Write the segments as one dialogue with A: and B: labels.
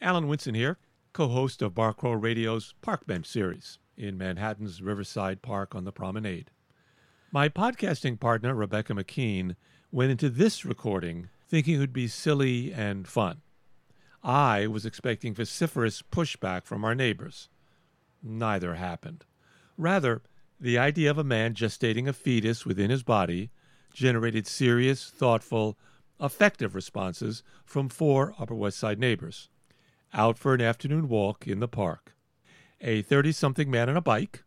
A: Alan Winson here, co host of Barcrow Radio's Park Bench series in Manhattan's Riverside Park on the Promenade. My podcasting partner, Rebecca McKean, went into this recording thinking it would be silly and fun. I was expecting vociferous pushback from our neighbors. Neither happened. Rather, the idea of a man gestating a fetus within his body generated serious, thoughtful, effective responses from four Upper West Side neighbors out for an afternoon walk in the park. A 30 something man on a bike,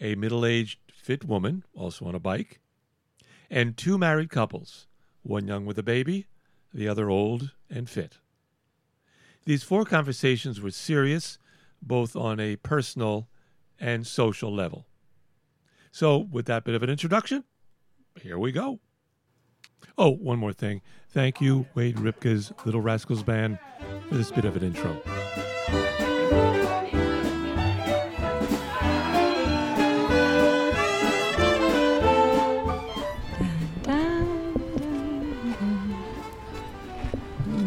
A: a middle aged fit woman, also on a bike, and two married couples, one young with a baby, the other old and fit. These four conversations were serious, both on a personal and social level. So, with that bit of an introduction, here we go. Oh, one more thing. Thank you, Wade Ripka's Little Rascals Band, for this bit of an intro.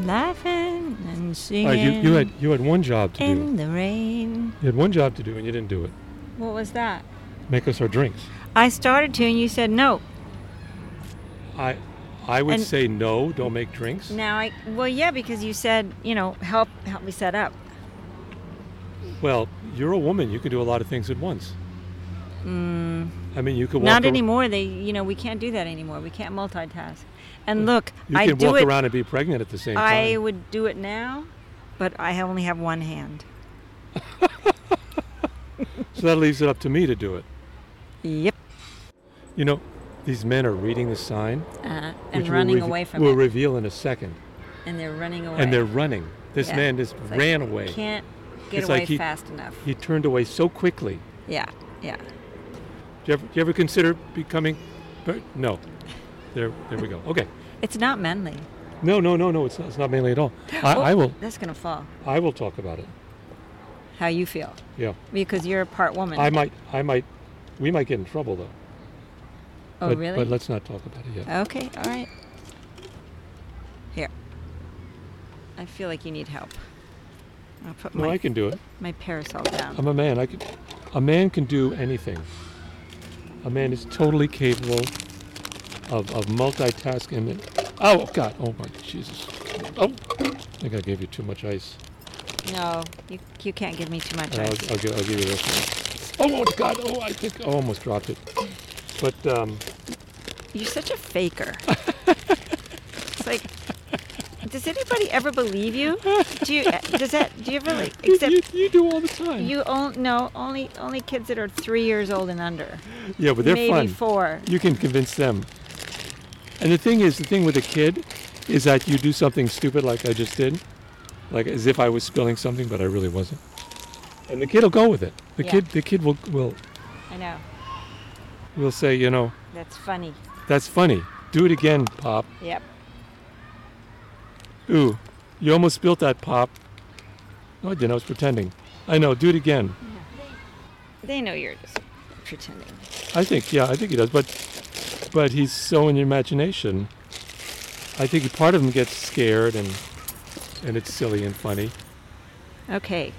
B: Laughing and singing
C: All right, Oh, you, you had you had one job to do.
B: in the rain.
C: You had one job to do, and you didn't do it.
B: What was that?
C: Make us our drinks.
B: I started to, and you said no.
C: I I would
B: And-
C: say no. Don't make drinks.
B: Now I well, yeah, because you said you know help help me set up.
C: Well, you're a woman. You can do a lot of things at once. I mean, you could walk.
B: Not
C: ar-
B: anymore. They you know we can't do that anymore. We can't multitask. And look,
C: You
B: I
C: can
B: do
C: walk
B: it.
C: around and be pregnant at the same
B: I
C: time.
B: would do it now, but I only have one hand.
C: So that leaves it up to me to do it.
B: Yep.
C: You know, these men are reading the sign,
B: Uh, and
C: which
B: running
C: we'll reve-
B: away from
C: We'll
B: it.
C: reveal in a second,
B: and they're running away.
C: and they're running. This
B: Yeah.
C: man just
B: It's like,
C: ran away.
B: Can't get
C: It's
B: away
C: like he-
B: fast enough.
C: He turned away so quickly.
B: Yeah. Yeah.
C: Do you ever, do you ever consider becoming? per- No. There, there we go. Okay.
B: It's not manly.
C: No, no, no, no. It's not, it's not mainly at all. I,
B: Oh,
C: I will.
B: That's gonna fall.
C: I will talk about it.
B: How you feel?
C: Yeah.
B: Because you're a part woman.
C: I might. I might. We might get in trouble though.
B: oh,
C: but,
B: really? Uh,
C: But let's not talk about it yet.
B: okay. All right. Here. I feel like you need help. I'll put
C: no,
B: my
C: I can do it.
B: my parasol down.
C: I'm a man. I can. A man can do anything. A man is totally capable of of multitasking. And, oh God! Oh my Jesus! Oh, I think I gave you too much ice.
B: no, you you can't give me too much.
C: I'll, I'll,
B: ice.
C: give, I'll give you this one. Oh, oh God! Oh, I think I almost dropped it. But um,
B: You're such a faker. it's like, does anybody ever believe you? Do you? eh, Does that? Do you ever like?
C: you, you,
B: Except
C: you do all the time.
B: you only no only only kids that are three years old and under.
C: yeah, but they're
B: Maybe
C: fun.
B: four.
C: you can convince them. And the thing is, the thing with a kid is that you do something stupid like I just did, like as if I was spilling something, but I really wasn't. And the kid will go with it. The
B: Yeah.
C: kid, the kid will will
B: I know.
C: will say, you know,
B: That's funny.
C: that's funny. Do it again, pop.
B: Yep.
C: Ooh, you almost spilt that, pop. No, I didn't. I was pretending. I know. Do it again.
B: They know you're just pretending.
C: I think, yeah, I think he does. But but he's so in your imagination. I think part of him gets scared and and it's silly and funny.
B: Okay.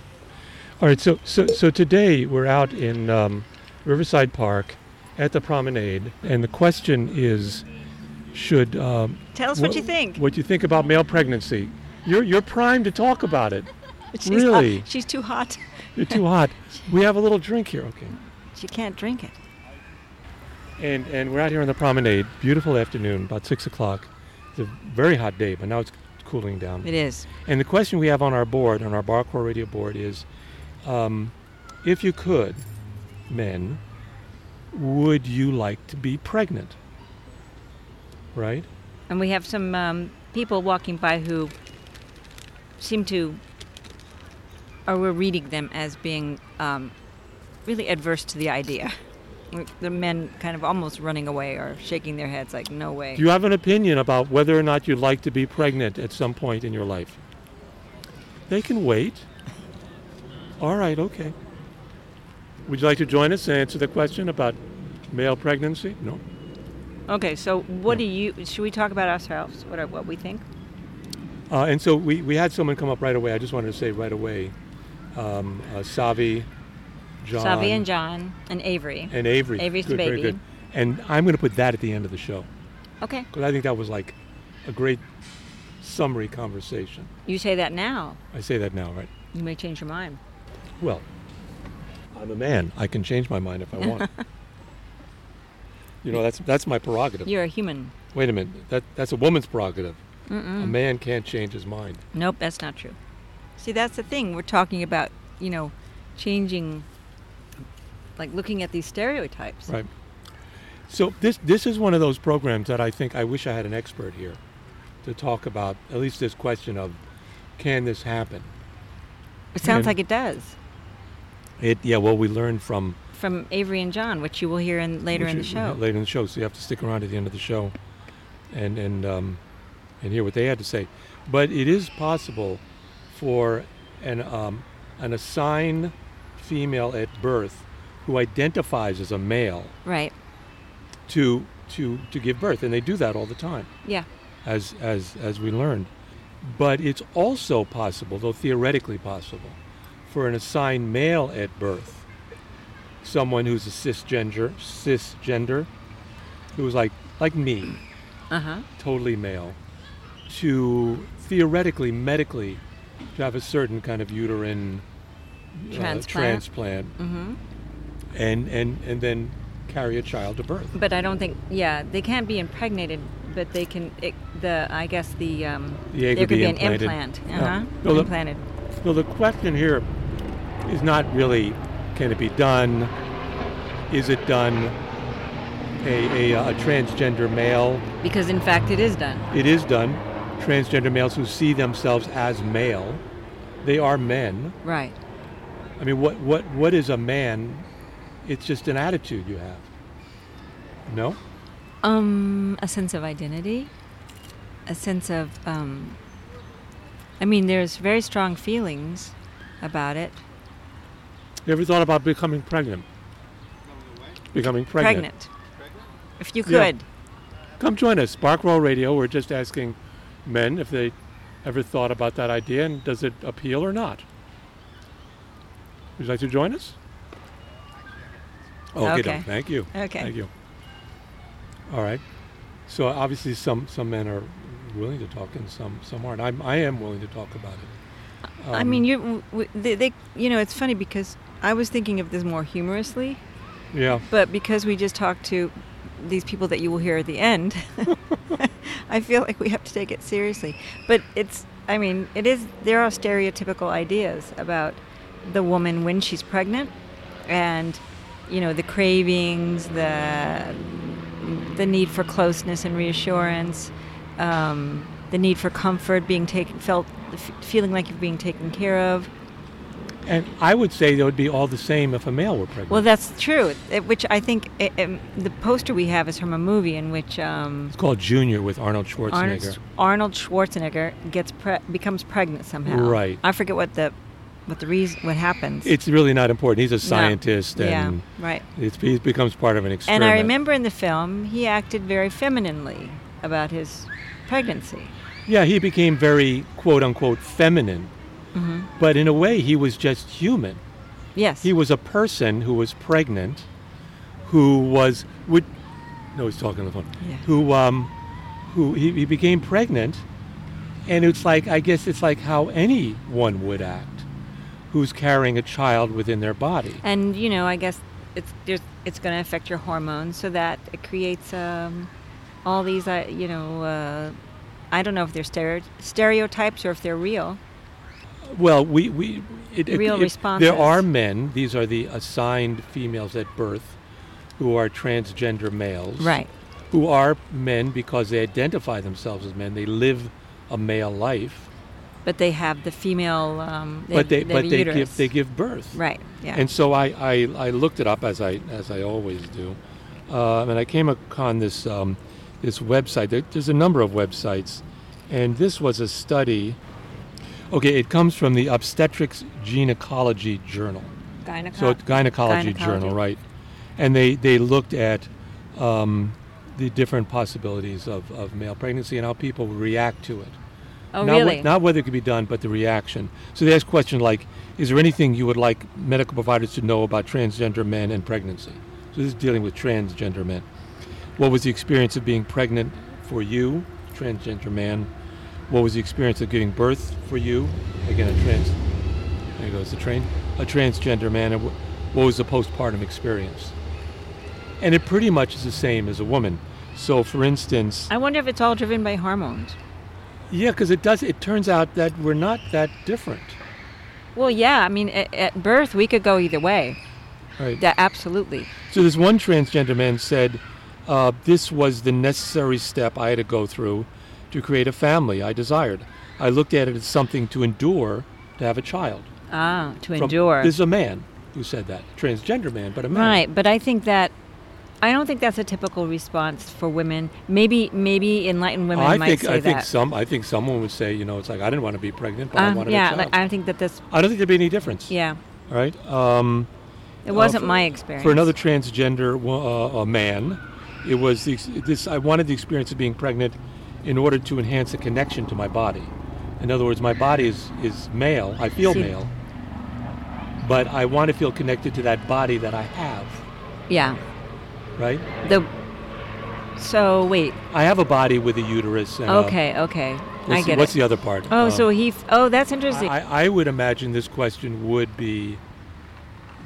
C: All right, so so so today we're out in um, Riverside Park at the Promenade, and the question is, should um,
B: Tell us what you think.
C: What you think about male pregnancy? You're you're primed to talk about it.
B: She's
C: really?
B: hot- She's too hot.
C: You're too hot. We have a little drink here, okay?
B: She can't drink it.
C: And and we're out here on the Promenade. Beautiful afternoon, about six o'clock. It's a very hot day, but now it's cooling down.
B: It is.
C: And the question we have on our board, on our Barcore Radio board, is um, if you could, men, would you like to be pregnant? Right?
B: And we have some um, people walking by who seem to, or we're reading them as being um, really adverse to the idea. The men kind of almost running away or shaking their heads like, no way.
C: Do you have an opinion about whether or not you'd like to be pregnant at some point in your life? They can wait. All right, okay. Would you like to join us and answer the question about male pregnancy? No.
B: okay, so what do you, should we talk about ourselves? What, are, what we think?
C: Uh, and so we, we had someone come up right away. I just wanted to say right away, um, uh, Savi, John,
B: Savi and John and Avery.
C: and Avery.
B: Avery's the
C: good, very
B: baby.
C: good. And I'm going to put that at the end of the show
B: Okay.
C: because I think that was like a great summary conversation.
B: You say that now.
C: I say that now, right?
B: You may change your mind.
C: Well, I'm a man. I can change my mind if I want. you know, that's that's my prerogative.
B: You're a human.
C: Wait a minute. That that's a woman's prerogative. A man can't change his mind.
B: Nope, that's not true. See, that's the thing. We're talking about, you know, changing, like looking at these stereotypes.
C: Right. So this this is one of those programs that I think I wish I had an expert here to talk about at least this question of can this happen?
B: It sounds
C: And-
B: like it does
C: It yeah, well we learned from
B: from Avery and John, which you will hear in later in the
C: which is-
B: show.
C: Later in the show, so you have to stick around at the end of the show and and um, and hear what they had to say. But it is possible for an um, an assigned female at birth who identifies as a male
B: Right.
C: to to to give birth, and they do that all the time,
B: Yeah.
C: as as as we learned. But it's also possible, though theoretically possible, for an assigned male at birth, someone who's a cisgender cisgender, who's like like me,
B: Uh huh.
C: totally male, to theoretically medically to have a certain kind of uterine uh,
B: Transplant.
C: transplant
B: Mm-hmm.
C: and and and then carry a child to birth.
B: But I don't think. Yeah, they can't be impregnated, but they can. It, the I guess the um,
C: The egg
B: there
C: would
B: could
C: be
B: be
C: implanted.
B: an implant.
C: Yeah.
B: Uh huh.
C: No, the-
B: implanted.
C: So the question here is not really can it be done? Is it done? A, a, uh, a transgender male,
B: Because in fact, it is done.
C: it is done. Transgender males who see themselves as male, they are men.
B: Right.
C: I mean, what, what, what is a man? It's just an attitude you have. No?
B: Um, a sense of identity, a sense of. Um, I mean, there's very strong feelings about it.
C: You ever thought about becoming pregnant? Becoming pregnant.
B: If you
C: Yeah.
B: could.
C: Come join us, Barkwell Radio. We're just asking men if they ever thought about that idea and does it appeal or not. Would you like to join us? Okay,
B: Okay.
C: done. thank you.
B: Okay.
C: Thank you. All right. So obviously, some some men are willing to talk, and some some aren't. I'm, I am willing to talk about it.
B: I
C: Um,
B: mean, you. w- w- They, they. You know, it's funny because I was thinking of this more humorously,
C: Um, yeah.
B: but because we just talked to these people that you will hear at the end, I feel like we have to take it seriously. But it's. I mean, it is. There are stereotypical ideas about the woman when she's pregnant, and you know the cravings, the the need for closeness and reassurance, um, the need for comfort, being taken, felt, f- feeling like you're being taken care of.
C: And I would say that would be all the same if a male were pregnant.
B: Well, that's true. it- Which I think i um the poster we have is from a movie in which um,
C: it's called Junior with Arnold Schwarzenegger.
B: Arnold, Arnold Schwarzenegger gets pre- becomes pregnant somehow.
C: Right.
B: I forget what the what the reason what happens.
C: It's really not important. He's a
B: No.
C: scientist, and
B: yeah, right.
C: It's, it becomes part of an
B: And
C: experiment.
B: I remember in the film he acted very femininely about his pregnancy.
C: Yeah, he became very quote unquote feminine,
B: hmm
C: but in a way, he was just human.
B: Yes.
C: He was a person who was pregnant, who was would. No, he's talking on the phone.
B: Yeah.
C: Who um, who he, he became pregnant, and it's like I guess it's like how anyone would act, who's carrying a child within their body.
B: and you know, I guess it's there's, it's going to affect your hormones, so that it creates um, all these, uh, you know, uh, I don't know if they're stereo- stereotypes or if they're real.
C: Well, we, we it, it-
B: Real
C: it-
B: responses.
C: There are men. These are the assigned females at birth, who are transgender males. Who are men because they identify themselves as men. They live a male life,
B: But they have the female. Um, they,
C: but they,
B: they have
C: but
B: a
C: they
B: uterus.
C: give they give birth.
B: Right. Yeah.
C: And so I, I, I looked it up as I as I always do, uh, and I came upon this um, this website. There, there's a number of websites, and this was a study. Okay, it comes from the Obstetrics Gynecology Journal.
B: Gyneco-
C: So it's gynecology,
B: Gynecology.
C: journal, right? And they they looked at um, the different possibilities of, of male pregnancy and how people react to it.
B: Oh,
C: not, whe-
B: really?
C: not whether it could be done, but the reaction. So they ask questions like, "Is there anything you would like medical providers to know about transgender men and pregnancy?" So this is dealing with transgender men. What was the experience of being pregnant for you, transgender man? What was the experience of giving birth for you? Again, a trans. There goes the train. A transgender man. And wh- what was the postpartum experience? And it pretty much is the same as a woman. So, for instance,
B: I wonder if it's all driven by hormones.
C: yeah, because it does. It turns out that we're not that different.
B: Well, yeah. I mean, at, at birth, we could go either way.
C: Right.
B: Yeah, absolutely.
C: So this one transgender man said, uh, "This was the necessary step I had to go through to create a family I desired. I looked at it as something to endure to have a child."
B: Ah, to
C: From-
B: endure.
C: This is a man who said that, transgender man, but a man.
B: Right, but I think that I don't think that's a typical response for women. Maybe maybe enlightened women
C: Oh, I
B: might
C: think
B: say
C: I
B: that.
C: think some I think someone would say, you know, it's like I didn't want to be pregnant, but I
B: Um,
C: wanted a
B: yeah,
C: child.
B: like, I think that that's
C: I don't think there'd be any difference.
B: yeah.
C: All right. Um,
B: It wasn't
C: for-
B: my experience.
C: For another transgender wo- uh, a man, it was the, ex- this. I wanted the experience of being pregnant in order to enhance the connection to my body. In other words, my body is is male. I feel
B: See.
C: male, but I want to feel connected to that body that I have.
B: yeah,
C: Right?
B: the so wait.
C: I have a body with a uterus. And a-
B: okay, okay,
C: Uh, what's
B: I
C: the-
B: get
C: What's
B: it.
C: the other part?
B: oh,
C: Um,
B: so he. F- oh, that's interesting.
C: I, I would imagine this question would be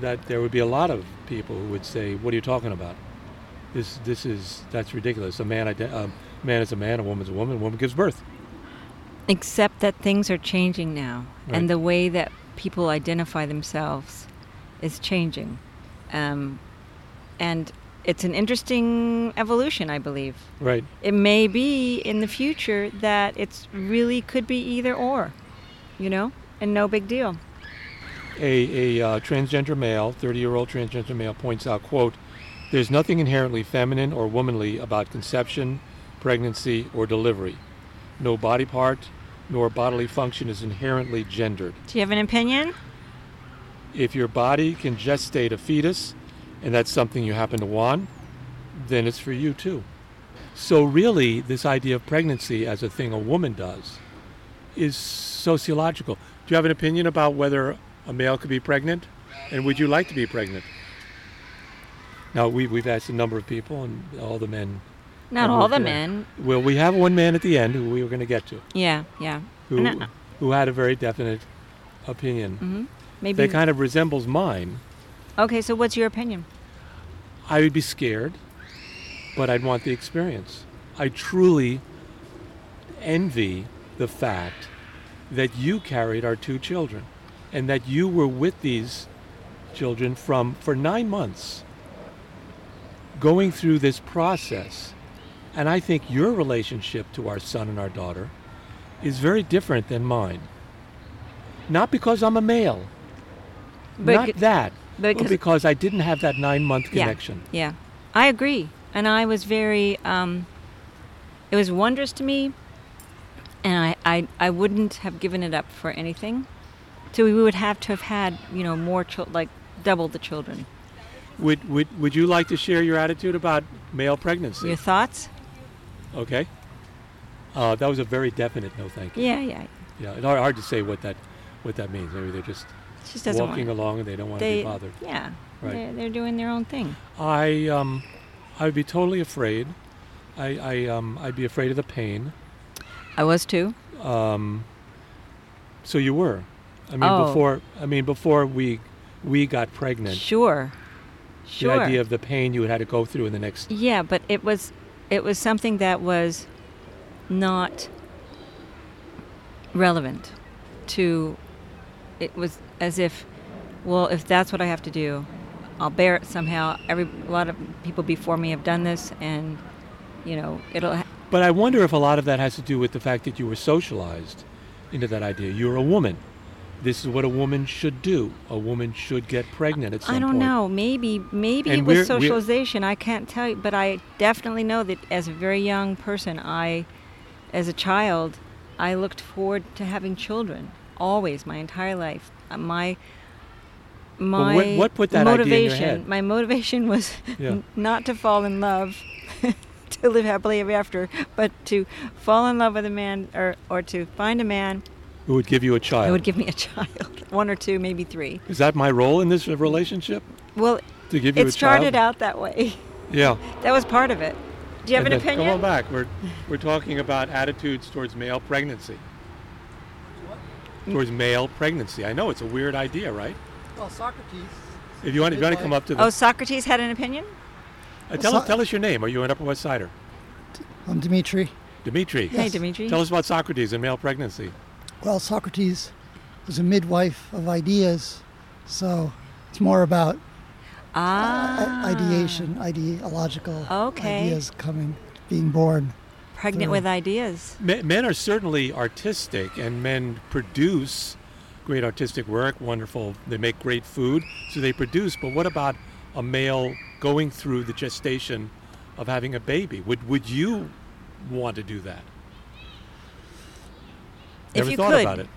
C: that there would be a lot of people who would say, "What are you talking about? This this is that's ridiculous. A man ide- um, man is a man, a woman's a woman, a woman gives birth."
B: Except that things are changing now,
C: Right.
B: and the way that people identify themselves is changing, um, and it's an interesting evolution, I believe.
C: Right.
B: it may be in the future that it's really could be either or, you know, and no big deal.
C: A a uh, transgender male, 30-year-old transgender male points out, "quote There's nothing inherently feminine or womanly about conception, pregnancy, or delivery. No body part." Nor bodily function is inherently gendered.
B: Do you have an opinion?
C: if your body can gestate a fetus and that's something you happen to want, then it's for you too. So, really, this idea of pregnancy as a thing a woman does is sociological. Do you have an opinion about whether a male could be pregnant? And would you like to be pregnant? Now, we, we've asked a number of people, and all the men. have
B: Not all
C: moved
B: the
C: in.
B: men.
C: Well, we have one man at the end who we were going to get to,
B: Yeah, yeah.
C: who,
B: No, no.
C: who had a very definite opinion
B: Maybe.
C: that kind of resembles mine.
B: okay, so what's your opinion?
C: I would be scared, but I'd want the experience. I truly envy the fact that you carried our two children and that you were with these children from for 9 months going through this process. And I think your relationship to our son and our daughter is very different than mine. Not because I'm a male.
B: But
C: not
B: c-
C: that. But
B: because-
C: because I didn't have that 9 month
B: Yeah,
C: connection.
B: Yeah, I agree, and I was very. Um, it was wondrous to me, and I, I I wouldn't have given it up for anything. So we would have to have had you know more chil- like double the children.
C: Would, would, would you like to share your attitude about male pregnancy?
B: Your thoughts?
C: Okay. Uh, that was a very definite no thank you.
B: Yeah, yeah.
C: Yeah, it's hard, hard to say what that what that means. Maybe they're just
B: She just doesn't want
C: walking
B: it.
C: along and they don't want to be bothered.
B: Yeah,
C: Right.
B: they're, they're doing their own thing.
C: I um, I would be totally afraid. I, I um, I'd be afraid of the pain.
B: I was too.
C: Um, so you were. I mean
B: Oh.
C: before I mean before we we got pregnant.
B: Sure, sure.
C: The idea of the pain you had to go through in the next
B: yeah, but it was it was something that was not relevant to. It was as if, well, if that's what I have to do, I'll bear it somehow. Every a lot of people before me have done this, and you know it'll. ha-
C: But I wonder if a lot of that has to do with the fact that you were socialized into that idea. You're a woman. This is what a woman should do. A woman should get pregnant at some
B: I
C: point.
B: don't know. Maybe maybe
C: And
B: it was
C: we're- we're-
B: socialization. I can't tell you, but I definitely know that as a very young person, I, as a child, I looked forward to having children always my entire life. Uh, My my
C: what- what put that idea in your
B: motivation
C: head?
B: my motivation was
C: Yeah.
B: not to fall in love to live happily ever after, but to fall in love with a man or, or to find a man
C: Who would give you a child?
B: who would give me a child. One or two, maybe three.
C: Is that my role in this relationship?
B: Well,
C: To give you
B: it
C: a child?
B: started out that way.
C: Yeah.
B: That was part of it. Do you have
C: And
B: an
C: then- Come on
B: opinion?
C: back. We're, we're talking about attitudes towards male pregnancy. Towards male pregnancy. I know it's a weird idea, right?
D: Well, Socrates.
C: If you want, if you want to come up to the.
B: Oh, Socrates had an opinion?
C: uh, tell, us,
D: so-
C: tell us your name. Are you an Upper West Sider?
D: I'm Um, Dimitri.
C: Dimitri.
B: Hey, Dimitri.
C: Tell us about Socrates and male pregnancy.
D: Well, Socrates was a midwife of ideas, so it's more about
B: ah,
D: i- ideation, ideological
B: Okay.
D: ideas coming, being born.
B: pregnant with ideas.
C: Me- Men are certainly artistic, and men produce great artistic work. Wonderful, they make great food, so they produce. But what about a male going through the gestation of having a baby? Would would you want to do that?
B: If
C: Never
B: you
C: thought
B: could.
C: about it.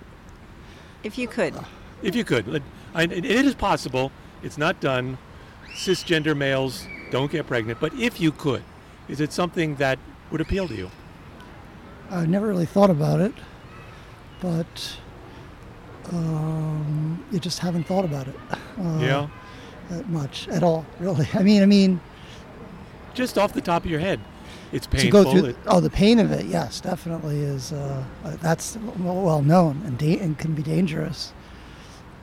B: If you could.
D: Ah.
C: If you could, Let- I, it it is possible. It's not done. Cisgender males don't get pregnant, but if you could, is it something that would appeal to you?
D: I never really thought about it, but um, you just haven't thought about it uh,
C: yeah.
D: that much at all, really. I mean, I mean,
C: Just off the top of your head, it's
D: to
C: painful.
D: go through
C: It-
D: oh the pain of it yes definitely is uh, uh, that's well well known and, da- and can be dangerous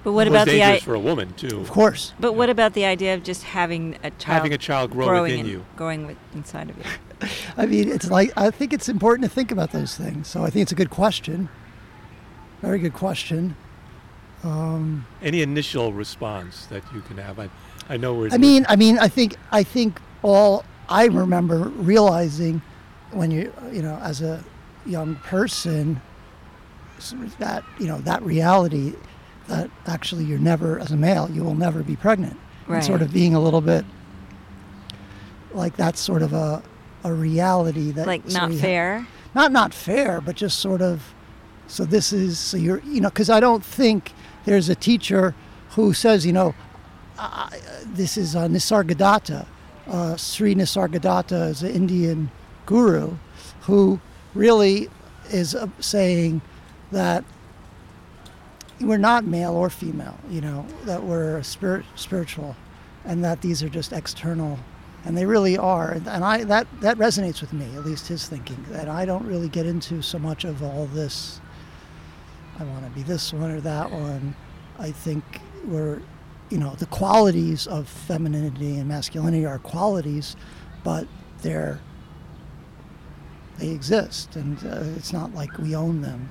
B: But what
C: It
B: about
C: was
B: the
C: dangerous
B: i-
C: for a woman too?
D: of course
B: But what about the idea of just having a child
C: Having a child grow
B: growing
C: within
B: in-
C: you.
B: growing with, inside of you?
D: i mean it's like i think it's important to think about those things so i think it's a good question very good question
C: Any initial response that you can have? I, I know we're.
D: I mean, I mean, I think, I think all I remember realizing when you, you know, as a young person, sort of that you know that reality that actually you're never, as a male, you will never be pregnant. And sort
B: Right.
D: of being a little bit like that's sort of a a reality that
B: Like
D: sort
B: not
D: of-
B: fair.
D: not not fair, but just sort of. So this is so you're you know because I don't think there's a teacher who says you know I, I- this is uh, Nisargadatta, uh, Sri Nisargadatta is an Indian guru who really is uh, saying that we're not male or female, you know, that we're spirit, spiritual, and that these are just external, and they really are. And, and I that that resonates with me, at least his thinking. That I don't really get into so much of all this. I want to be this one or that one. I think we're, you know, the qualities of femininity and masculinity are qualities, but they're they exist, and uh, it's not like we own them.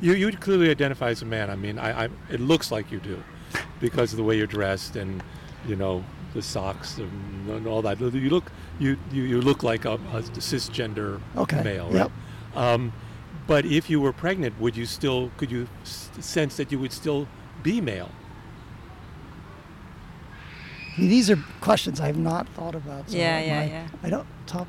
C: you you would clearly identify as a man. I mean, I, I it looks like you do, because of the way you're dressed and, you know, the socks and, and all that. You look you you, you look like a, a cisgender
D: Okay,
C: male,
D: yep.
C: right? Um, but if you were pregnant, would you still could you s- sense that you would still be male?
D: These are questions I have not thought about.
B: Yeah,
D: I-
B: yeah,
D: my-
B: yeah.
D: I don't top.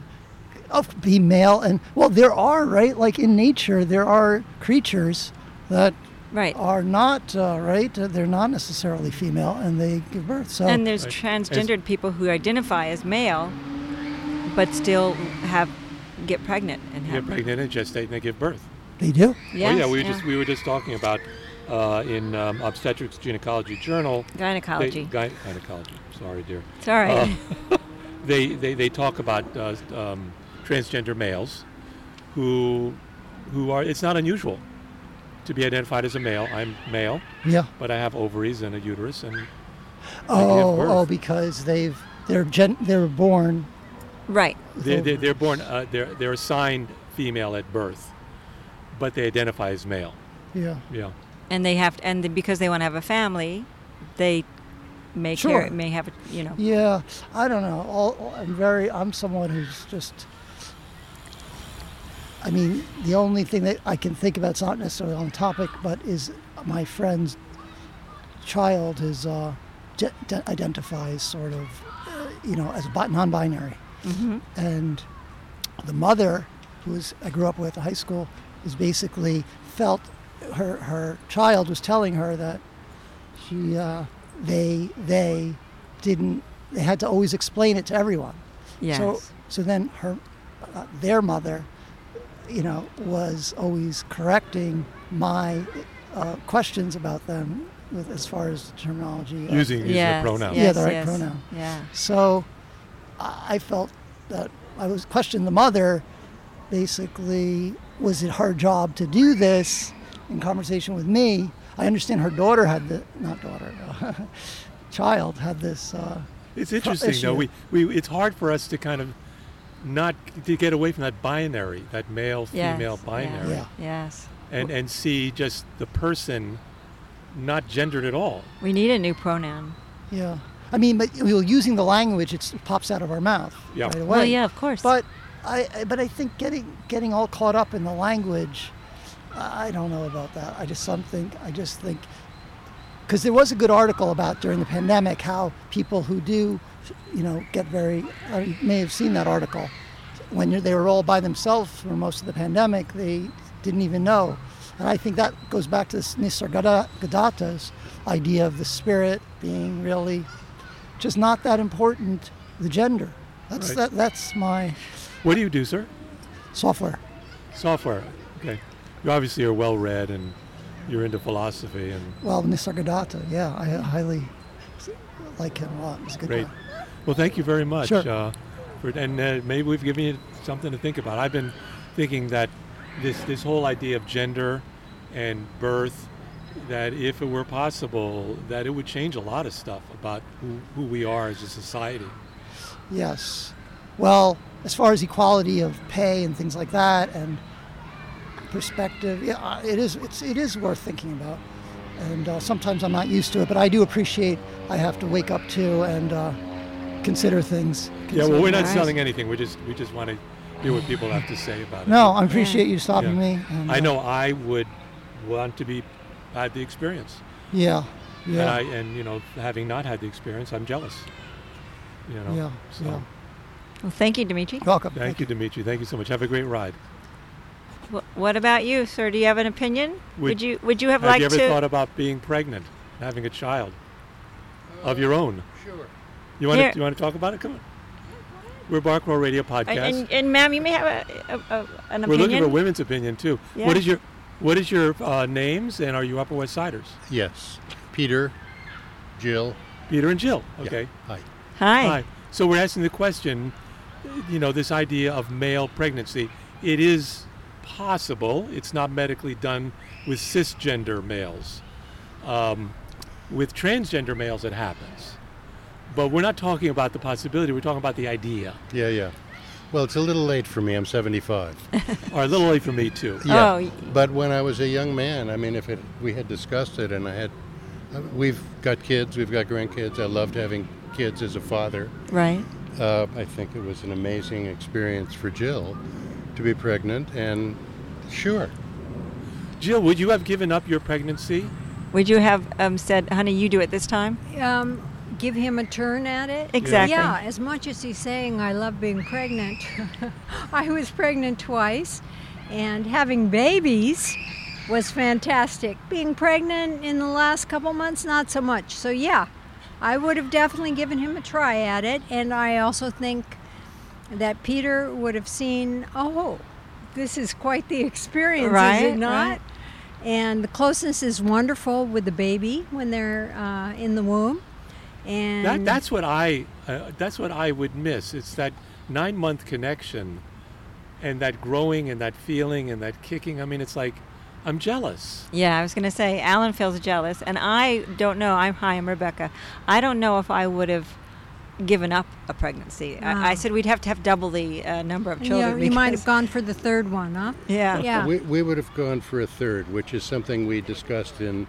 D: Oh, be male and well, there are right. Like in nature, there are creatures that
B: Right.
D: are not uh, right. uh, They're not necessarily female, and they give birth. So
B: and there's
C: Right.
B: transgendered people who identify as male, but still have get pregnant and
C: You
B: have
C: get pregnant and gestate and they give birth.
D: they do.
B: Yes,
C: oh yeah, we were just we were just talking about uh, in um, obstetrics gynecology journal. They, Ah.
B: gynecology.
C: gy- gynecology. Sorry, dear.
B: it's all right.
C: They they, they talk about uh, um, transgender males, who who are. It's not unusual to be identified as a male. I'm male,
D: Yeah.
C: but I have ovaries and a uterus, and
D: Oh,
C: birth.
D: oh, because they've they're gen, they're born.
B: right.
C: they they they're born. Uh, they're they're assigned female at birth, but they identify as male.
D: Yeah.
C: Yeah.
B: And they have to, and the, because they want to have a family, they may
D: Sure.
B: care, may have a, you know.
D: Yeah, I don't know. All, I'm very. I'm someone who's just. I mean, the only thing that I can think about, it's not necessarily on topic, but is my friend's child is uh, de- de- identifies sort of, uh, you know, as bi- non-binary, and the mother, who is I grew up with in high school, is basically felt her her child was telling her that she uh, they they didn't they had to always explain it to everyone.
B: Yes.
D: So so then her uh, their mother, you know, was always correcting my uh, questions about them with, as far as the terminology. of-
C: Using, using
B: Yes,
C: the pronoun.
D: Yeah. the
B: yes,
D: right
B: yes.
D: pronoun.
B: Yeah.
D: So I I felt that I was questioning the mother. Basically, was it her job to do this in conversation with me? I understand her daughter had the not daughter, child had this. Uh,
C: It's interesting though. We,
D: issue.
C: we it's hard for us to kind of not to get away from that binary, that male
B: Yes,
C: female binary,
D: Yeah.
B: Yes.
C: and and see just the person, not gendered at all.
B: We need a new pronoun.
D: yeah, I mean, but we were using the language. It's, it pops out of our mouth
C: Yeah.
D: right away.
B: Well, yeah, of course.
D: But I, I- but I think getting getting all caught up in the language, I I don't know about that. I just something I just think because there was a good article about during the pandemic how people who do, you know, get very. Uh, you may have seen that article when you're, they were all by themselves for most of the pandemic. They didn't even know, and I think that goes back to this Nisargadatta's idea of the spirit being really just not that important. The gender. That's
C: Right.
D: that. That's my
C: What do you do, sir?
D: software.
C: Software. Okay. You obviously are well read and you're into philosophy and
D: Well, Nisargadatta, yeah, I highly like him a lot. He's a good
C: great.
D: guy.
C: Well, thank you very much.
D: Sure.
C: Uh, for, and uh, maybe we've given you something to think about. I've been thinking that this this whole idea of gender and birth, that if it were possible, that it would change a lot of stuff about who, who we are as a society.
D: Yes. Well, as far as equality of pay and things like that, and perspective, yeah, I- it is. It's it is worth thinking about. And uh, sometimes I'm not used to it, but I do appreciate I have to wake up to and uh, consider things.
C: Yeah. Well, we're not
B: Right.
C: selling anything. We just we just want to hear what people have to say about it.
D: No, I appreciate you
C: Yeah.
D: stopping me. And,
C: I
D: uh,
C: know I would want to be have the experience.
D: Yeah. Yeah.
C: And I and you know, having not had the experience, I'm jealous. You know.
D: Yeah,
C: So
D: yeah.
B: well, thank you, Dimitri.
D: You're welcome.
C: thank you, Dimitri. Thank you so much. Have a great ride.
B: Wh- What about you, sir? Do you have an opinion?
C: Would-
B: Would, you Would you have,
C: have
B: liked
C: you ever
B: to?
C: thought about being pregnant, having a child of your own?
E: Sure.
C: You want to
B: Here.
C: you want to talk about it? Come on. We're Barkmore Radio Podcast.
B: and, and, and ma'am, you may have a, a, a, an
C: We're looking
B: opinion.
C: for women's opinion too.
B: Yeah.
C: What is your what is your uh, names and are you Upper West Siders?
E: Yes. Peter, Jill.
C: Peter and Jill.
E: yeah,
C: Okay.
E: Hi.
B: Hi.
C: Hi. So we're asking the question, you know, this idea of male pregnancy. It is possible. It's not medically done with cisgender males. Um, with transgender males, it happens. But we're not talking about the possibility. We're talking about the idea.
E: Yeah, yeah. Well, it's a little late for me. I'm 75.
C: Or a little late for me too.
E: yeah.
B: Oh, y-
E: But when I was a young man, I mean, if it, we had discussed it, and I had, uh, we've got kids, we've got grandkids. I loved having kids as a father.
B: Right.
E: Uh, I think it was an amazing experience for Jill to be pregnant, and sure,
C: Jill, would you have given up your pregnancy?
B: Would you have um, said, honey, you do it this time?
F: um, give him a turn at it.
B: Exactly.
F: Yeah, as much as he's saying, I love being pregnant, I was pregnant twice, and having babies was fantastic. Being pregnant in the last couple months, not so much. So, yeah, I would have definitely given him a try at it, and I also think that Peter would have seen, oh, this is quite the experience, is
B: Right,
F: it not?
B: right.
F: And the closeness is wonderful with the baby when they're uh, in the womb. And
C: That, that's what I uh, that's what I would miss. It's that nine month connection, and that growing and that feeling and that kicking. I mean, it's like I'm jealous.
B: Yeah, I was going to say, Alan feels jealous. And I don't know. I'm Hi, I'm Rebecca. I don't know if I would have given up a pregnancy. I, I
F: Ah.
B: said we'd have to have double the uh, number of
F: And, yeah,
B: children.
F: you might
B: because-
F: have gone for the third one, huh?
B: Yeah.
F: Yeah.
E: we, we would have gone for a third, which is something we discussed in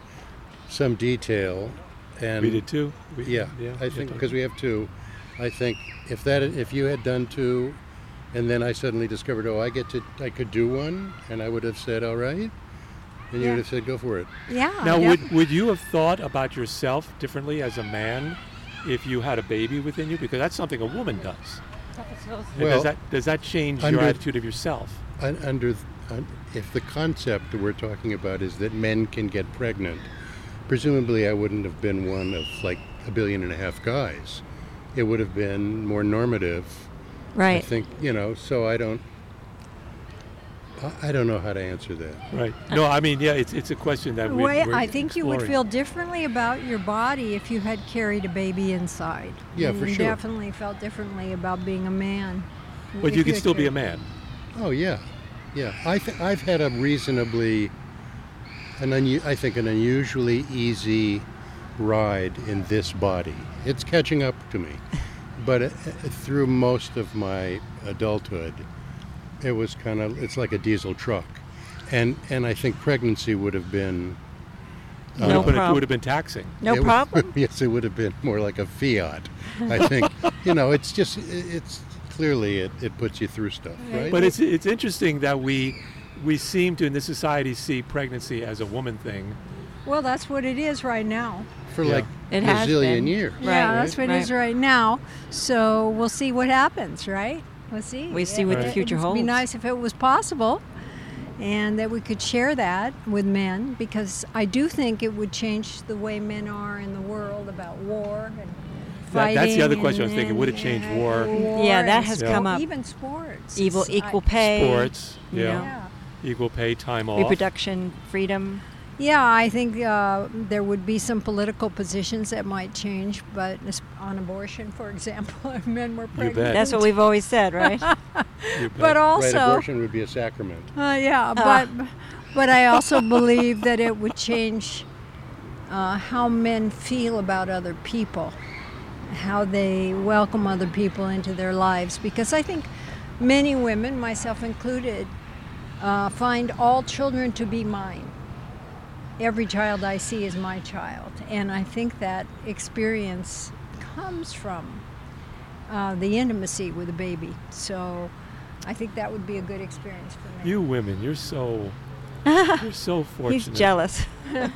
E: some detail. And
C: We did too. We-
E: Yeah, I
C: you're
E: think
C: talking-
E: because we have two, I think if that if you had done two, and then I suddenly discovered oh I get to I could do one, and I would have said all right, and you
F: Yeah.
E: would have said go for it.
F: Yeah.
C: Now,
F: yeah.
C: would would you have thought about yourself differently as a man if you had a baby within you? Because that's something a woman does. And
E: Well,
C: does that does that change
E: under-
C: your attitude of yourself?
E: Un- under th- un- if the concept that we're talking about is that men can get pregnant, presumably I wouldn't have been one of like a billion and a half guys. It would have been more normative I
B: Right.
E: think you know. So I don't. I- I don't know how to answer that.
C: Right. No, I mean, yeah, it's, it's a question that we.
F: Way,
C: we're
F: I think you would
C: exploring.
F: feel differently about your body if you had carried a baby inside.
E: Yeah,
F: you
E: for sure.
F: Definitely felt differently about being a man.
C: But
F: if
C: you can
F: had
C: still be a
F: carried-
C: man.
E: Oh yeah, yeah. I th- I've had a reasonably, an unu- I think an unusually easy ride in this body. It's catching up to me, but uh, uh, through most of my adulthood, it was kind of it's like a diesel truck, and and I think pregnancy would have been
B: No
C: but it
B: prob-
C: would have been taxing.
B: No
E: it would-
B: problem.
E: yes, it would have been more like a Fiat. I think you know it's just i- it's clearly it, it puts you through stuff, right?
C: But it's it's interesting that we we seem to in this society see pregnancy as a woman thing.
F: Well, that's what it is right now.
E: for
C: Yeah.
E: like
B: It
E: a
B: has
E: zillion
B: been.
E: years.
F: yeah,
B: Right,
F: that's what it is
B: right.
F: right now. So we'll see what happens, right? We'll see.
B: We see what the
F: It-
B: future
F: It'd be
B: holds.
F: nice if it was possible and that we could share that with men because I do think it would change the way men are in the world about war and
C: That-
F: fighting.
C: that's the other
F: and-
C: question I was thinking. Would it
F: and-
C: change
F: and
C: war?
B: Yeah, that
F: and
B: has
F: sport-
B: come up.
F: Even sports.
B: Evil,
F: It's- I-
B: equal pay.
C: Sports, yeah.
F: Yeah.
C: equal pay, time off.
B: Reproduction, freedom.
F: Yeah, I think uh, there would be some political positions that might change, but as- on abortion, for example, if men were pregnant.
C: bet.
B: That's what we've always said, right?
C: You
F: But
C: bet.
F: also,
E: right, abortion would be a sacrament.
F: Uh, yeah, but but I also believe that it would change uh, how men feel about other people, how they welcome other people into their lives, because I think many women, myself included, uh, find all children to be mine. Every child I see is my child, and I think that experience comes from uh, the intimacy with a baby. So. I think that would be a good experience for me.
C: you women, you're so you're so fortunate.
B: He's jealous.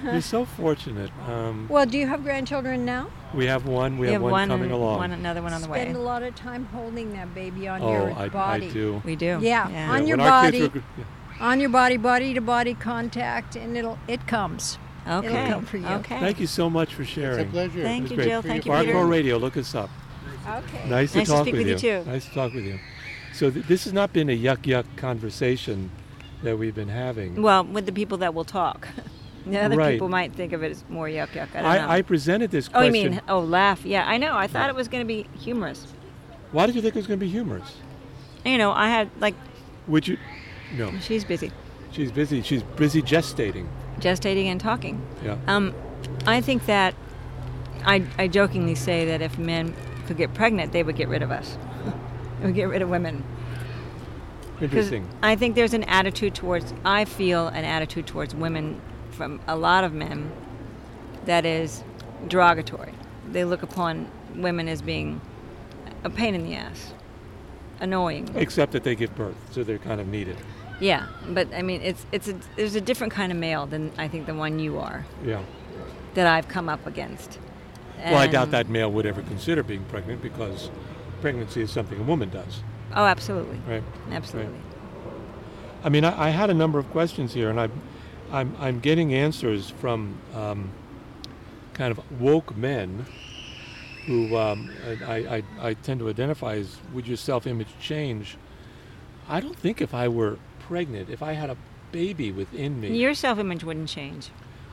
C: You're so fortunate. Um,
F: Well, do you have grandchildren now?
C: we have one. We have, one, coming
B: and
C: along.
B: one another one on the way.
F: Spend a lot of time holding that baby on
C: oh,
F: your
C: I,
F: body.
C: I do.
B: We do.
F: Yeah,
C: Yeah,
F: On your
C: when our kids
F: body.
C: were gr- yeah.
F: On your body, body to body contact, and it'll it comes.
B: Okay.
F: come for you.
B: Okay.
C: Thank you so much for
E: It's a
C: sharing.
E: pleasure.
B: Thank
C: It's
B: you,
C: great.
B: Jill. Thank you,
E: Barco
B: Peter.
C: Hardcore Radio, look us up.
F: Okay.
C: Nice to
B: Nice to
C: talk
B: speak with you too.
C: Nice to talk with you. So th- this has not been a yuck yuck conversation that we've been having.
B: Well, with the people that will talk. The other
C: Right.
B: people might think of it as more yuck yuck. I don't know.
C: I, I presented this
B: oh,
C: question.
B: you mean, oh, laugh. Yeah, I know. I thought it was going to be humorous.
C: Why did you think it was going to be humorous?
B: You know, I had, like,
C: Would you? No,
B: she's busy
C: she's busy. She's busy gestating.
B: gestating and talking.
C: Yeah.
B: Um, I think that I, I jokingly say that if men could get pregnant, they would get rid of us. they would get rid of women. 'Cause
C: Interesting.
B: I think there's an attitude towards, I feel an attitude towards women from a lot of men that is derogatory. They look upon women as being a pain in the ass, annoying.
C: Except that they give birth, so they're kind of needed.
B: Yeah, but I mean, it's it's a, there's a different kind of male than I think the one you are
C: Yeah.
B: that I've come up against.
C: Well, I doubt
B: And-
C: that male would ever consider being pregnant because pregnancy is something a woman does,
B: Oh, absolutely,
C: right?
B: absolutely.
C: I mean, I, I had a number of questions here, and I, I'm, I'm getting answers from um, kind of woke men who um, I, I, I tend to identify as would your self image change? I don't think if I were pregnant, if I had a baby within me,
B: Your self image wouldn't change.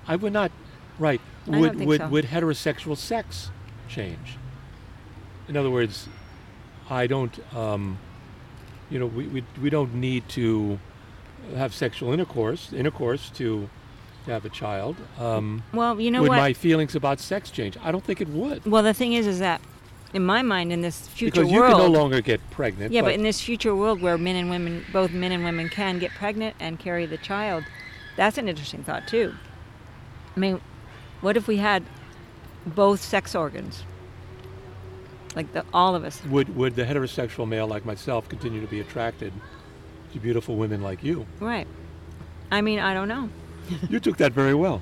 C: I would not, right?
B: I don't
C: Would,
B: think
C: would,
B: so.
C: would heterosexual sex change? In other words, I don't, um, you know, we, we, we don't need to have sexual intercourse, intercourse to, to have a child. Um,
B: Well, you know
C: would
B: what?
C: my feelings about sex change? I don't think it would.
B: well, the thing is, is that in my mind, in this future
C: Because you
B: world,
C: can no longer get pregnant.
B: yeah, but in this future world where men and women, both men and women, can get pregnant and carry the child, that's an interesting thought too. I mean, what if we had both sex organs, like the all of us?
C: would, would the heterosexual male like myself continue to be attracted to beautiful women like you?
B: Right. I mean, I don't know.
C: you took that very well.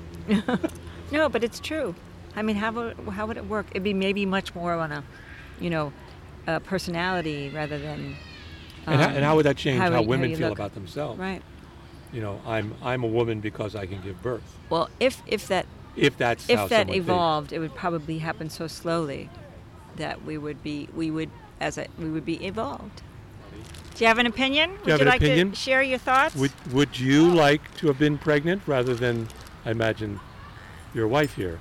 B: No, but it's true. I mean, how would, how would it work? It'd be maybe much more on a, you know, a personality rather than.
C: And, how,
B: um,
C: and how would that change
B: how
C: how,
B: you- how
C: women
B: you
C: feel
B: look.
C: about themselves?
B: Right.
C: you know, I'm I'm a woman because I can give birth.
B: Well, if if that
C: If that's how
B: if that
C: someone
B: evolved, it would probably happen so slowly that we would be we would as a we would be evolved. Do you have an opinion? Would
C: have
B: you
C: an
B: like
C: opinion?
B: to share your thoughts?
C: Would Would you like to have been pregnant rather than, I imagine, your wife here?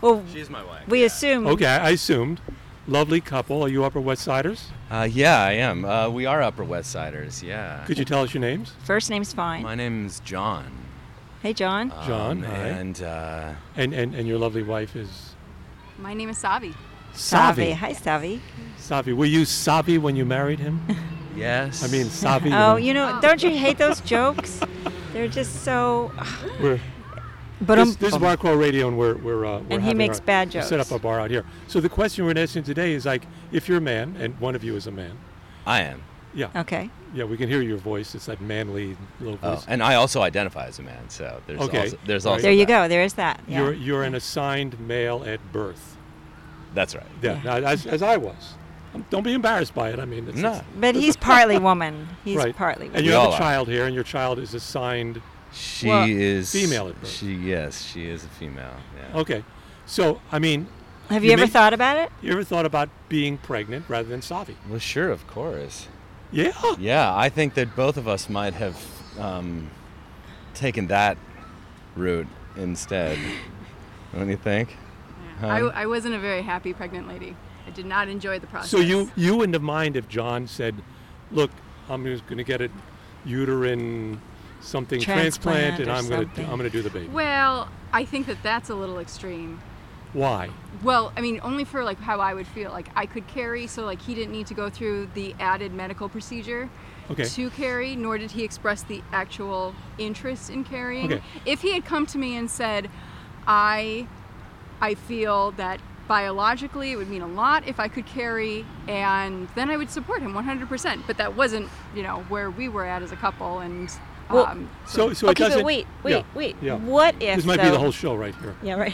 B: well,
G: She's my wife.
B: we assume.
C: Okay, I assumed. Lovely couple. Are you Upper West Siders?
G: Uh, yeah, I am. Uh, we are Upper West Siders. Yeah.
C: Could you tell us your names?
B: First name's fine.
G: My name's John.
B: Hey, John.
G: Um,
C: John, hi.
G: and uh,
C: And and, and your lovely wife is
H: My name is Savi.
C: Savi.
B: Hi, Savi.
C: Savi. Were you Savi when you married him?
G: yes.
C: I mean Savi.
B: Oh,
C: when-
B: you know, don't you hate those jokes? They're just so.
C: we're-
B: But um,
C: this, this is Barcrow Radio, and we're we're, uh, we're
B: And he
C: having
B: makes
C: our-
B: bad
C: we Set up
B: jokes.
C: a bar out here. So the question we're asking today is like, if you're a man, and one of you is a man,
G: I am.
C: yeah,
B: okay.
C: yeah, we can hear your voice. It's that manly little
G: Oh,
C: voice.
G: and I also identify as a man, so there's
C: Okay.
G: also there's
C: Right.
G: also
B: There you
G: that.
B: go. There is that. Yeah.
C: You're you're an assigned male at birth.
G: That's right.
C: Yeah, now, as, as I was. Um, Don't be embarrassed by it. I mean, it's,
G: No,
C: it's-
B: but he's partly woman. He's
C: right.
B: partly
C: And
B: woman.
C: you
G: We
C: have
G: all
C: a
G: are.
C: child here, and your child is assigned.
G: she
B: Well,
G: is
C: female at Oh. birth.
G: She yes, she is a female. Yeah.
C: Okay, so I mean,
B: Have
C: you
B: you, ever
C: may-
B: thought about it?
C: you ever thought about being pregnant rather than Savi?
G: Well, sure, of course.
C: Yeah.
G: Yeah, I think that both of us might have um, taken that route instead. Don't you think?
H: I,
C: Um,
H: w- I wasn't a very happy pregnant lady. I did not enjoy the process.
C: So you you wouldn't have mind if John said, "Look, I'm just going to get a uterine something transplant,
B: Transplant
C: and
B: or
C: I'm going to
B: something.
C: I'm going to do the baby."
H: Well, I think that that's a little extreme.
C: Why?
H: Well, I mean, only for like how I would feel. Like I could carry, so like he didn't need to go through the added medical procedure
C: Okay.
H: to carry, nor did he express the actual interest in carrying.
C: Okay.
H: If he had come to me and said, "I, I feel that." Biologically, it would mean a lot if I could carry, and then I would support him 100%. But that wasn't, you know, where we were at as a couple, and
B: Well,
H: um,
C: So so it
B: okay,
C: doesn't.
B: but wait, wait,
C: yeah,
B: wait.
C: Yeah.
B: What if
C: This might
B: though,
C: be the whole show right here.
B: Yeah, right.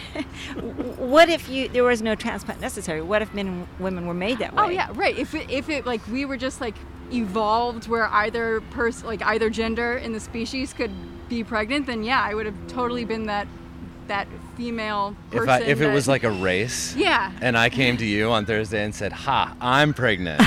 B: what if you there was no transplant necessary? What if men and women were made that way?
H: Oh yeah, right. If it, if it like we were just like evolved where either person like either gender in the species could be pregnant, then yeah, I would have totally been that that female
G: If
H: person.
G: I, if it
H: that-
G: was like a race,
H: yeah,
G: and I came to you on Thursday and said, "Ha, I'm pregnant,"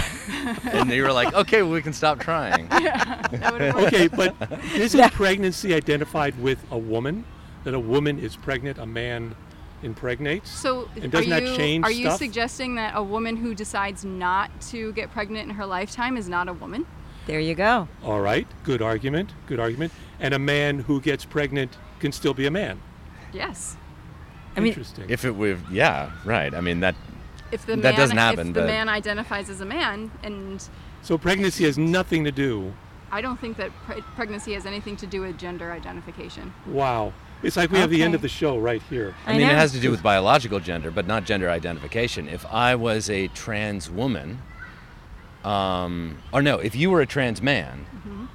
G: and you were like, "Okay, well, we can stop trying."
H: that would have worked.
C: Okay, but isn't pregnancy identified with a woman? That a woman is pregnant, a man impregnates.
H: So
C: and
H: are
C: doesn't
H: you
C: that change
H: are you
C: stuff?
H: suggesting that a woman who decides not to get pregnant in her lifetime is not a woman?
B: There you go.
C: All right, good argument, good argument. And a man who gets pregnant can still be a man.
H: Yes.
B: I mean,
C: Interesting.
G: If it would, yeah, right. I mean that.
H: If the
G: That
H: man,
G: doesn't
H: if
G: happen,
H: the
G: but-
H: man identifies as a man, and
C: so pregnancy has nothing to do
H: I don't think that pre- pregnancy has anything to do with gender identification.
C: Wow. It's like we have the end
B: Okay.
C: of the show right here.
G: I,
B: I
G: mean,
B: know.
G: it has to do with biological gender, but not gender identification. If I was a trans woman, um, or no, if you were a trans man,
H: Mm-hmm.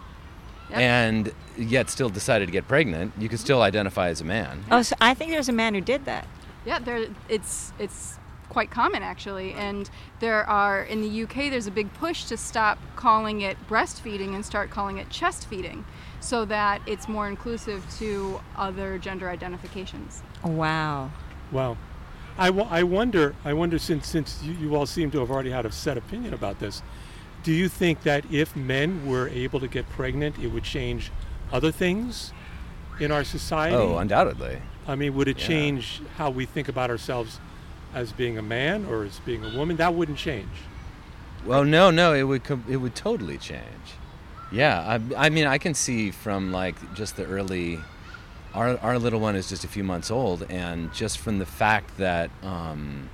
H: Yep.
G: and yet still decided to get pregnant, you could still identify as a man.
B: oh, so I think there's a man who did that.
H: Yeah, there it's it's quite common actually, and there are in the UK there's a big push to stop calling it breastfeeding and start calling it chest feeding, so that it's more inclusive to other gender identifications.
B: Wow.
C: Wow. I, wo- I wonder, I wonder since, since you, you all seem to have already had a set opinion about this, do you think that if men were able to get pregnant, it would change other things in our society?
G: Oh, undoubtedly.
C: I mean, would it change how we think about ourselves as being a man or as being a woman? That wouldn't change.
G: Well, no, no, it would com- it would totally change. Yeah, I, I mean, I can see from like just the early. Our our little one is just a few months old, and just from the fact that um,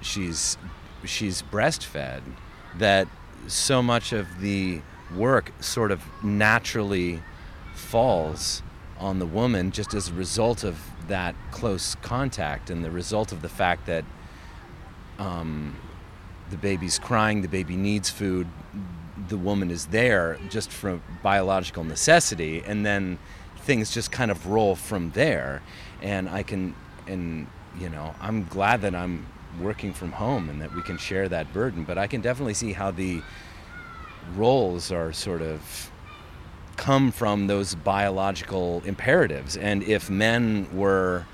G: she's she's breastfed, that so much of the work sort of naturally falls on the woman just as a result of that close contact and the result of the fact that the baby's crying, the baby needs food, the woman is there just from biological necessity, and then things just kind of roll from there. And I can, and you know, I'm glad that I'm working from home and that we can share that burden, but I can definitely see how the roles are sort of come from those biological imperatives. And if men were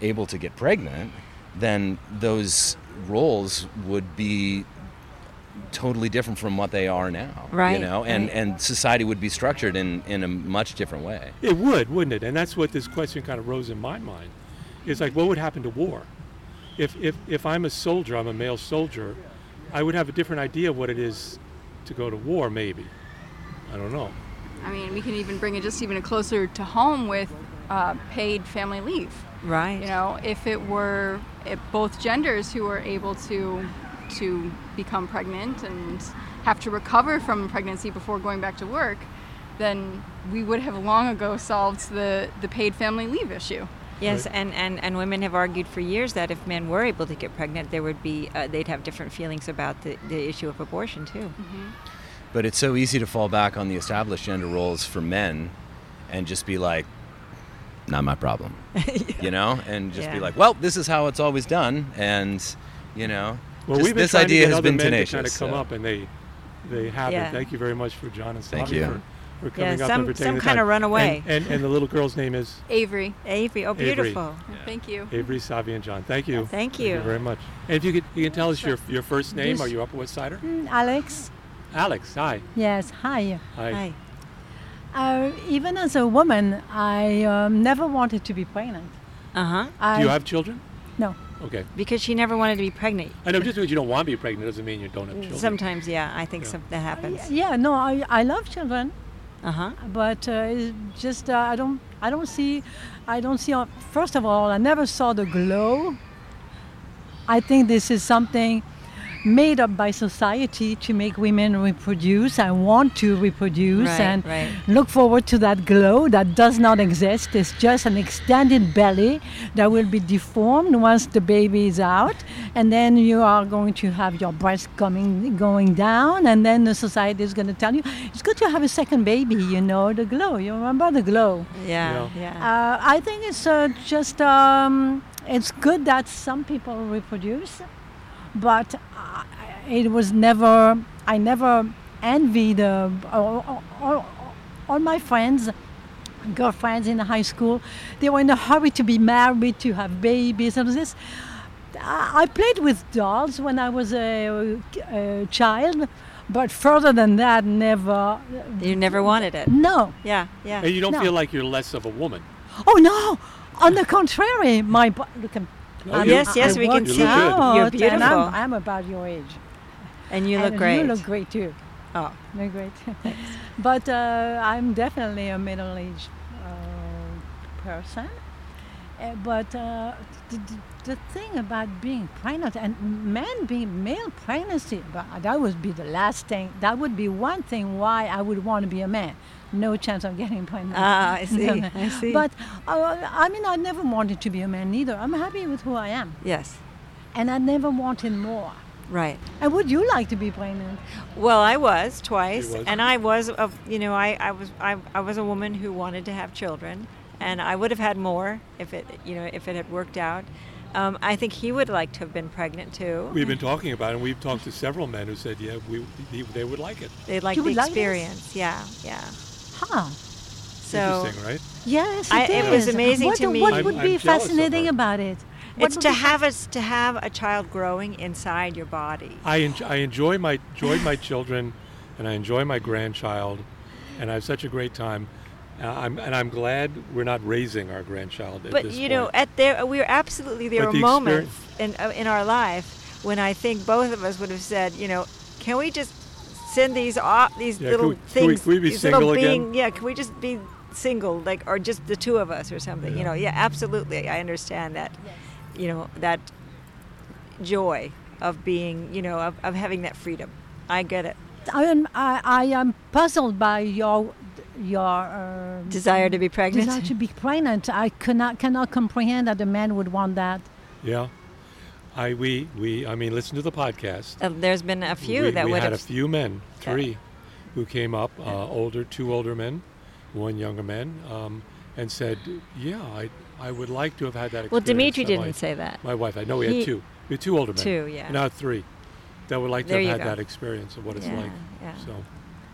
G: able to get pregnant, then those roles would be totally different from what they are now.
B: Right,
G: You know, and
B: right.
G: and society would be structured in in a much different way.
C: It would, wouldn't it? And that's what this question kind of rose in my mind. It's like, what would happen to war? If, if, if I'm a soldier, I'm a male soldier, I would have a different idea of what it is to go to war, maybe. I don't know.
H: I mean, we can even bring it just even closer to home with uh, paid family leave.
B: Right.
H: You know, if it were if both genders who were able to to become pregnant and have to recover from pregnancy before going back to work, then we would have long ago solved the, the paid family leave issue.
B: Yes, and, and, and women have argued for years that if men were able to get pregnant, there would be uh, they'd have different feelings about the, the issue of abortion too.
G: But it's so easy to fall back on the established gender roles for men and just be like, not my problem. You know? And just be
B: Yeah.
G: like, well, this is how it's always done. And, you know,
C: Well,
G: just
C: we've been
G: this
C: trying
G: idea
C: to get
G: has
C: other
G: been
C: men
G: tenacious.
C: to kind of come
G: so-
C: up, and they they haven't.
B: Yeah.
C: Thank you very much for John and
G: Thank
C: Slavia
G: you.
C: for, for coming up
B: some-
C: and for taking
B: some
C: the
B: kinda
C: time.
B: runaway.
C: And, and and the little girl's name is
H: Avery,
B: Avery, oh
C: Avery.
B: beautiful.
H: thank you.
C: Avery Savia and John. Thank you.
B: Thank
C: Thank
B: you.
C: you very much. And if you could, you can tell us your your first name.
I: This-
C: Are you Upper West Sider?
I: Mm, Alex,
C: Alex. Hi.
I: yes, hi.
C: Hi.
B: Hi.
I: Uh, even as a woman, I um, never wanted to be pregnant.
B: Uh huh.
I: I,
C: Do you have children?
I: No.
C: Okay.
B: Because she never wanted to be pregnant.
C: I know just because you don't want to be pregnant doesn't mean you don't have children.
B: Sometimes, yeah, I think
C: Yeah.
B: some, that happens.
I: Yeah, no, I, I love children,
B: Uh huh.
I: but uh, it's just uh, I don't I don't see I don't see. uh, First of all, I never saw the glow. I think this is something made up by society to make women reproduce and want to reproduce
B: Right,
I: and
B: right.
I: look forward to that glow that does not exist. It's just an extended belly that will be deformed once the baby is out, and then you are going to have your breast coming going down, and then the society is going to tell you it's good to have a second baby. You know the glow. You remember the glow.
B: Yeah,
C: Yeah.
B: yeah.
I: Uh, I think it's uh, just um, it's good that some people reproduce, but I, it was never I never envied uh, all, all- all, all my friends, girlfriends in high school. They were in a hurry to be married, to have babies, and this. I I played with dolls when I was a, a child, but further than that, never.
B: You never wanted it.
I: No.
B: Yeah, yeah.
C: And you don't
I: No.
C: feel like you're less of a woman.
I: Oh no! On the contrary, my bo- look. I'm,
C: Oh,
I: I'm-
C: you-
B: Um, Yes, yes,
I: I
B: we can
I: worked
C: see you.
I: out,
B: You're
I: and
B: beautiful.
I: I'm, I'm about your age.
B: and you look
I: And
B: great.
I: You look great too.
B: oh,
I: You look great. but uh, I'm definitely a middle-aged uh, person. Uh, but uh, the, the, the thing about being pregnant and men being male pregnancy, but that would be the last thing. That would be one thing why I would want to be a man. No chance of getting pregnant.
B: ah, I see.
I: No, no.
B: I see.
I: But uh, I mean, I never wanted to be a man either. I'm happy with who I am,
B: yes,
I: and I never wanted more.
B: right.
I: And would you like to be pregnant?
B: Well, I was twice,
C: was.
B: and I was of you know I, I was I, I was a woman who wanted to have children, and I would have had more if it you know if it had worked out. Um, I think he would like to have been pregnant too.
C: We've been talking about it, and we've talked to several men who said, yeah, we, they, they would like it.
B: they like
I: You
B: the
I: would like this?
B: experience. yeah, yeah.
I: Huh?
B: So
C: Interesting, right?
I: Yes,
B: I- it was
I: is.
B: amazing
I: what,
B: to me.
I: What
C: I'm-
I: would
C: I'm
I: be
C: jealous of
I: fascinating
C: her.
I: about it? What
B: it's
I: would
B: to
I: be
B: have us to have a child growing inside your body.
C: I enjoy, I enjoy my enjoyed my children, and I enjoy my grandchild, and I have such a great time. Uh, I'm, and I'm glad we're not raising our grandchild at
B: But
C: this
B: you know,
C: point.
B: at there we were absolutely there
C: But
B: were
C: the
B: moments in uh, in our life when I think both of us would have said, you know, can we just send these off these
C: Yeah,
B: little
C: can we- can we-
B: things?
C: can we be
B: these little
C: single again?
B: being- Yeah, can we just be single, like, or just the two of us, or something? You know, yeah, absolutely. I understand that. You know that joy of being, you know, of, of having that freedom. I get it.
I: I am, I, I am puzzled by your your uh,
B: Desire to be pregnant.
I: desire to be pregnant. I cannot cannot comprehend that a man would want that.
C: yeah, I we we I mean, listen to the podcast.
B: Uh, there's been a few
C: we,
B: that
C: we
B: would
C: had
B: have
C: a few men,
B: Yeah.
C: three, who came up, uh, older, two older men, one younger man, um, and said, "Yeah, I I would like to have had that." Experience.
B: Well, Dimitri
C: And
B: didn't
C: my-
B: say that.
C: My wife, I know we had
B: He-
C: two. We had two older men.
B: Two, yeah.
C: Now three. That would like to
B: There you
C: have had
B: go.
C: that experience of what it's
B: Yeah,
C: like.
B: yeah.
C: So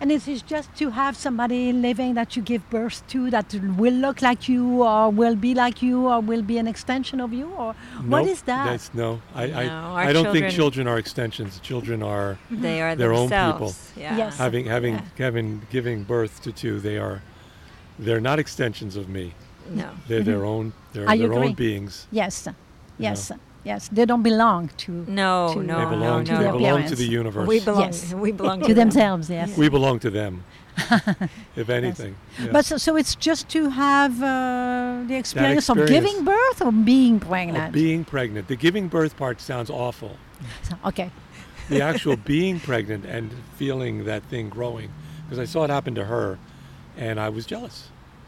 I: And it is just to have somebody living that you give birth to that will look like you or will be like you or will be an extension of you or what
C: Nope,
I: is that?
C: That's no. I I,
B: No, our
C: I don't think
B: children-
C: children are extensions. Children are
B: They are
C: Their own
B: themselves. Yeah.
I: Yes.
C: having having
B: Yeah.
C: having giving birth to two. They are they're not extensions of me.
B: No.
C: They're their own. They're
I: I
C: their
I: agree.
C: own beings.
I: yes. Yes. Yes. They don't belong to
B: No,
I: To-
B: no,
C: They
I: Oh,
C: belong.
B: no,
C: to, they
B: no.
I: your
C: belong to
I: parents.
C: the universe.
B: We belong.
I: Yes.
B: We belong
I: to
B: to them.
I: themselves, yes.
C: We belong to them. if anything. Yeah.
I: But so, so it's just to have uh, the experience, of
C: experience.
I: giving birth or being
C: Or
I: pregnant.
C: being pregnant. The giving birth part sounds awful.
I: So- okay.
C: the actual being pregnant and feeling that thing growing because I saw it happen to her and I was jealous.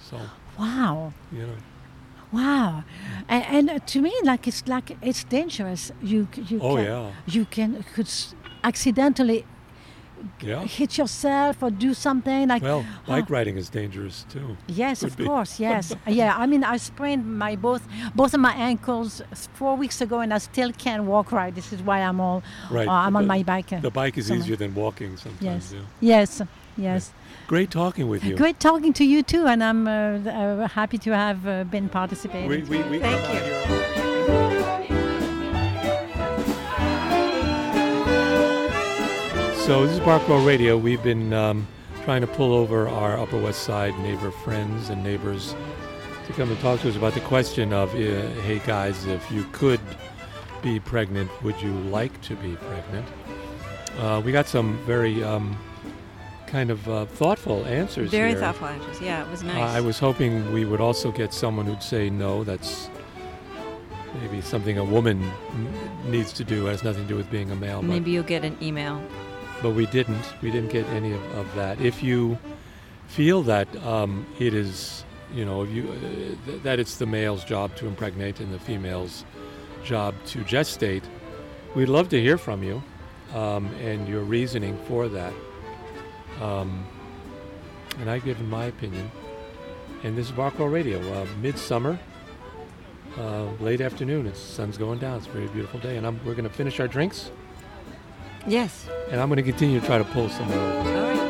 C: So,
I: Wow.
C: you know,
I: Wow, and, and to me, like it's like it's dangerous. You c- you
C: Oh,
I: can,
C: yeah.
I: you can could s- accidentally
C: yeah.
I: hit yourself or do something like
C: Well,
I: oh,
C: bike riding is dangerous too.
I: yes,
C: could
I: of
C: be.
I: course, yes, yeah. I mean, I sprained my both both of my ankles s- four weeks ago, and I still can't walk right. This is why I'm all
C: Right.
I: uh, I'm on
C: The-
I: my bike. uh,
C: The bike is
I: somewhere.
C: easier than walking sometimes.
I: Yes,
C: Yeah.
I: yes, yes.
C: Great talking with you.
I: Great talking to you too, and I'm uh, th- uh, happy to have uh, been participating.
C: We, we, we
B: Thank you.
C: So this is Barkwell Radio. We've been um, trying to pull over our Upper West Side neighbor friends and neighbors to come and talk to us about the question of, uh, hey guys, if you could be pregnant, would you like to be pregnant? Uh, we got some very um, kind of uh, thoughtful answers.
B: Very
C: here.
B: thoughtful answers. Yeah, it was nice.
C: Uh, I was hoping we would also get someone who'd say no. That's maybe something a woman n- needs to do. It has nothing to do with being a male. But
B: Maybe you'll get an email.
C: but we didn't. We didn't get any of, of that. If you feel that um, it is, you know, if you uh, th- that it's the male's job to impregnate and the female's job to gestate, we'd love to hear from you um, and your reasoning for that. Um, and I've given my opinion. And this is Barkwell Radio, uh, midsummer, uh, late afternoon. It's sun's going down. It's a very beautiful day, and I'm, we're going to finish our drinks,
B: Yes.
C: and I'm going to continue to try to pull some more.
B: All right.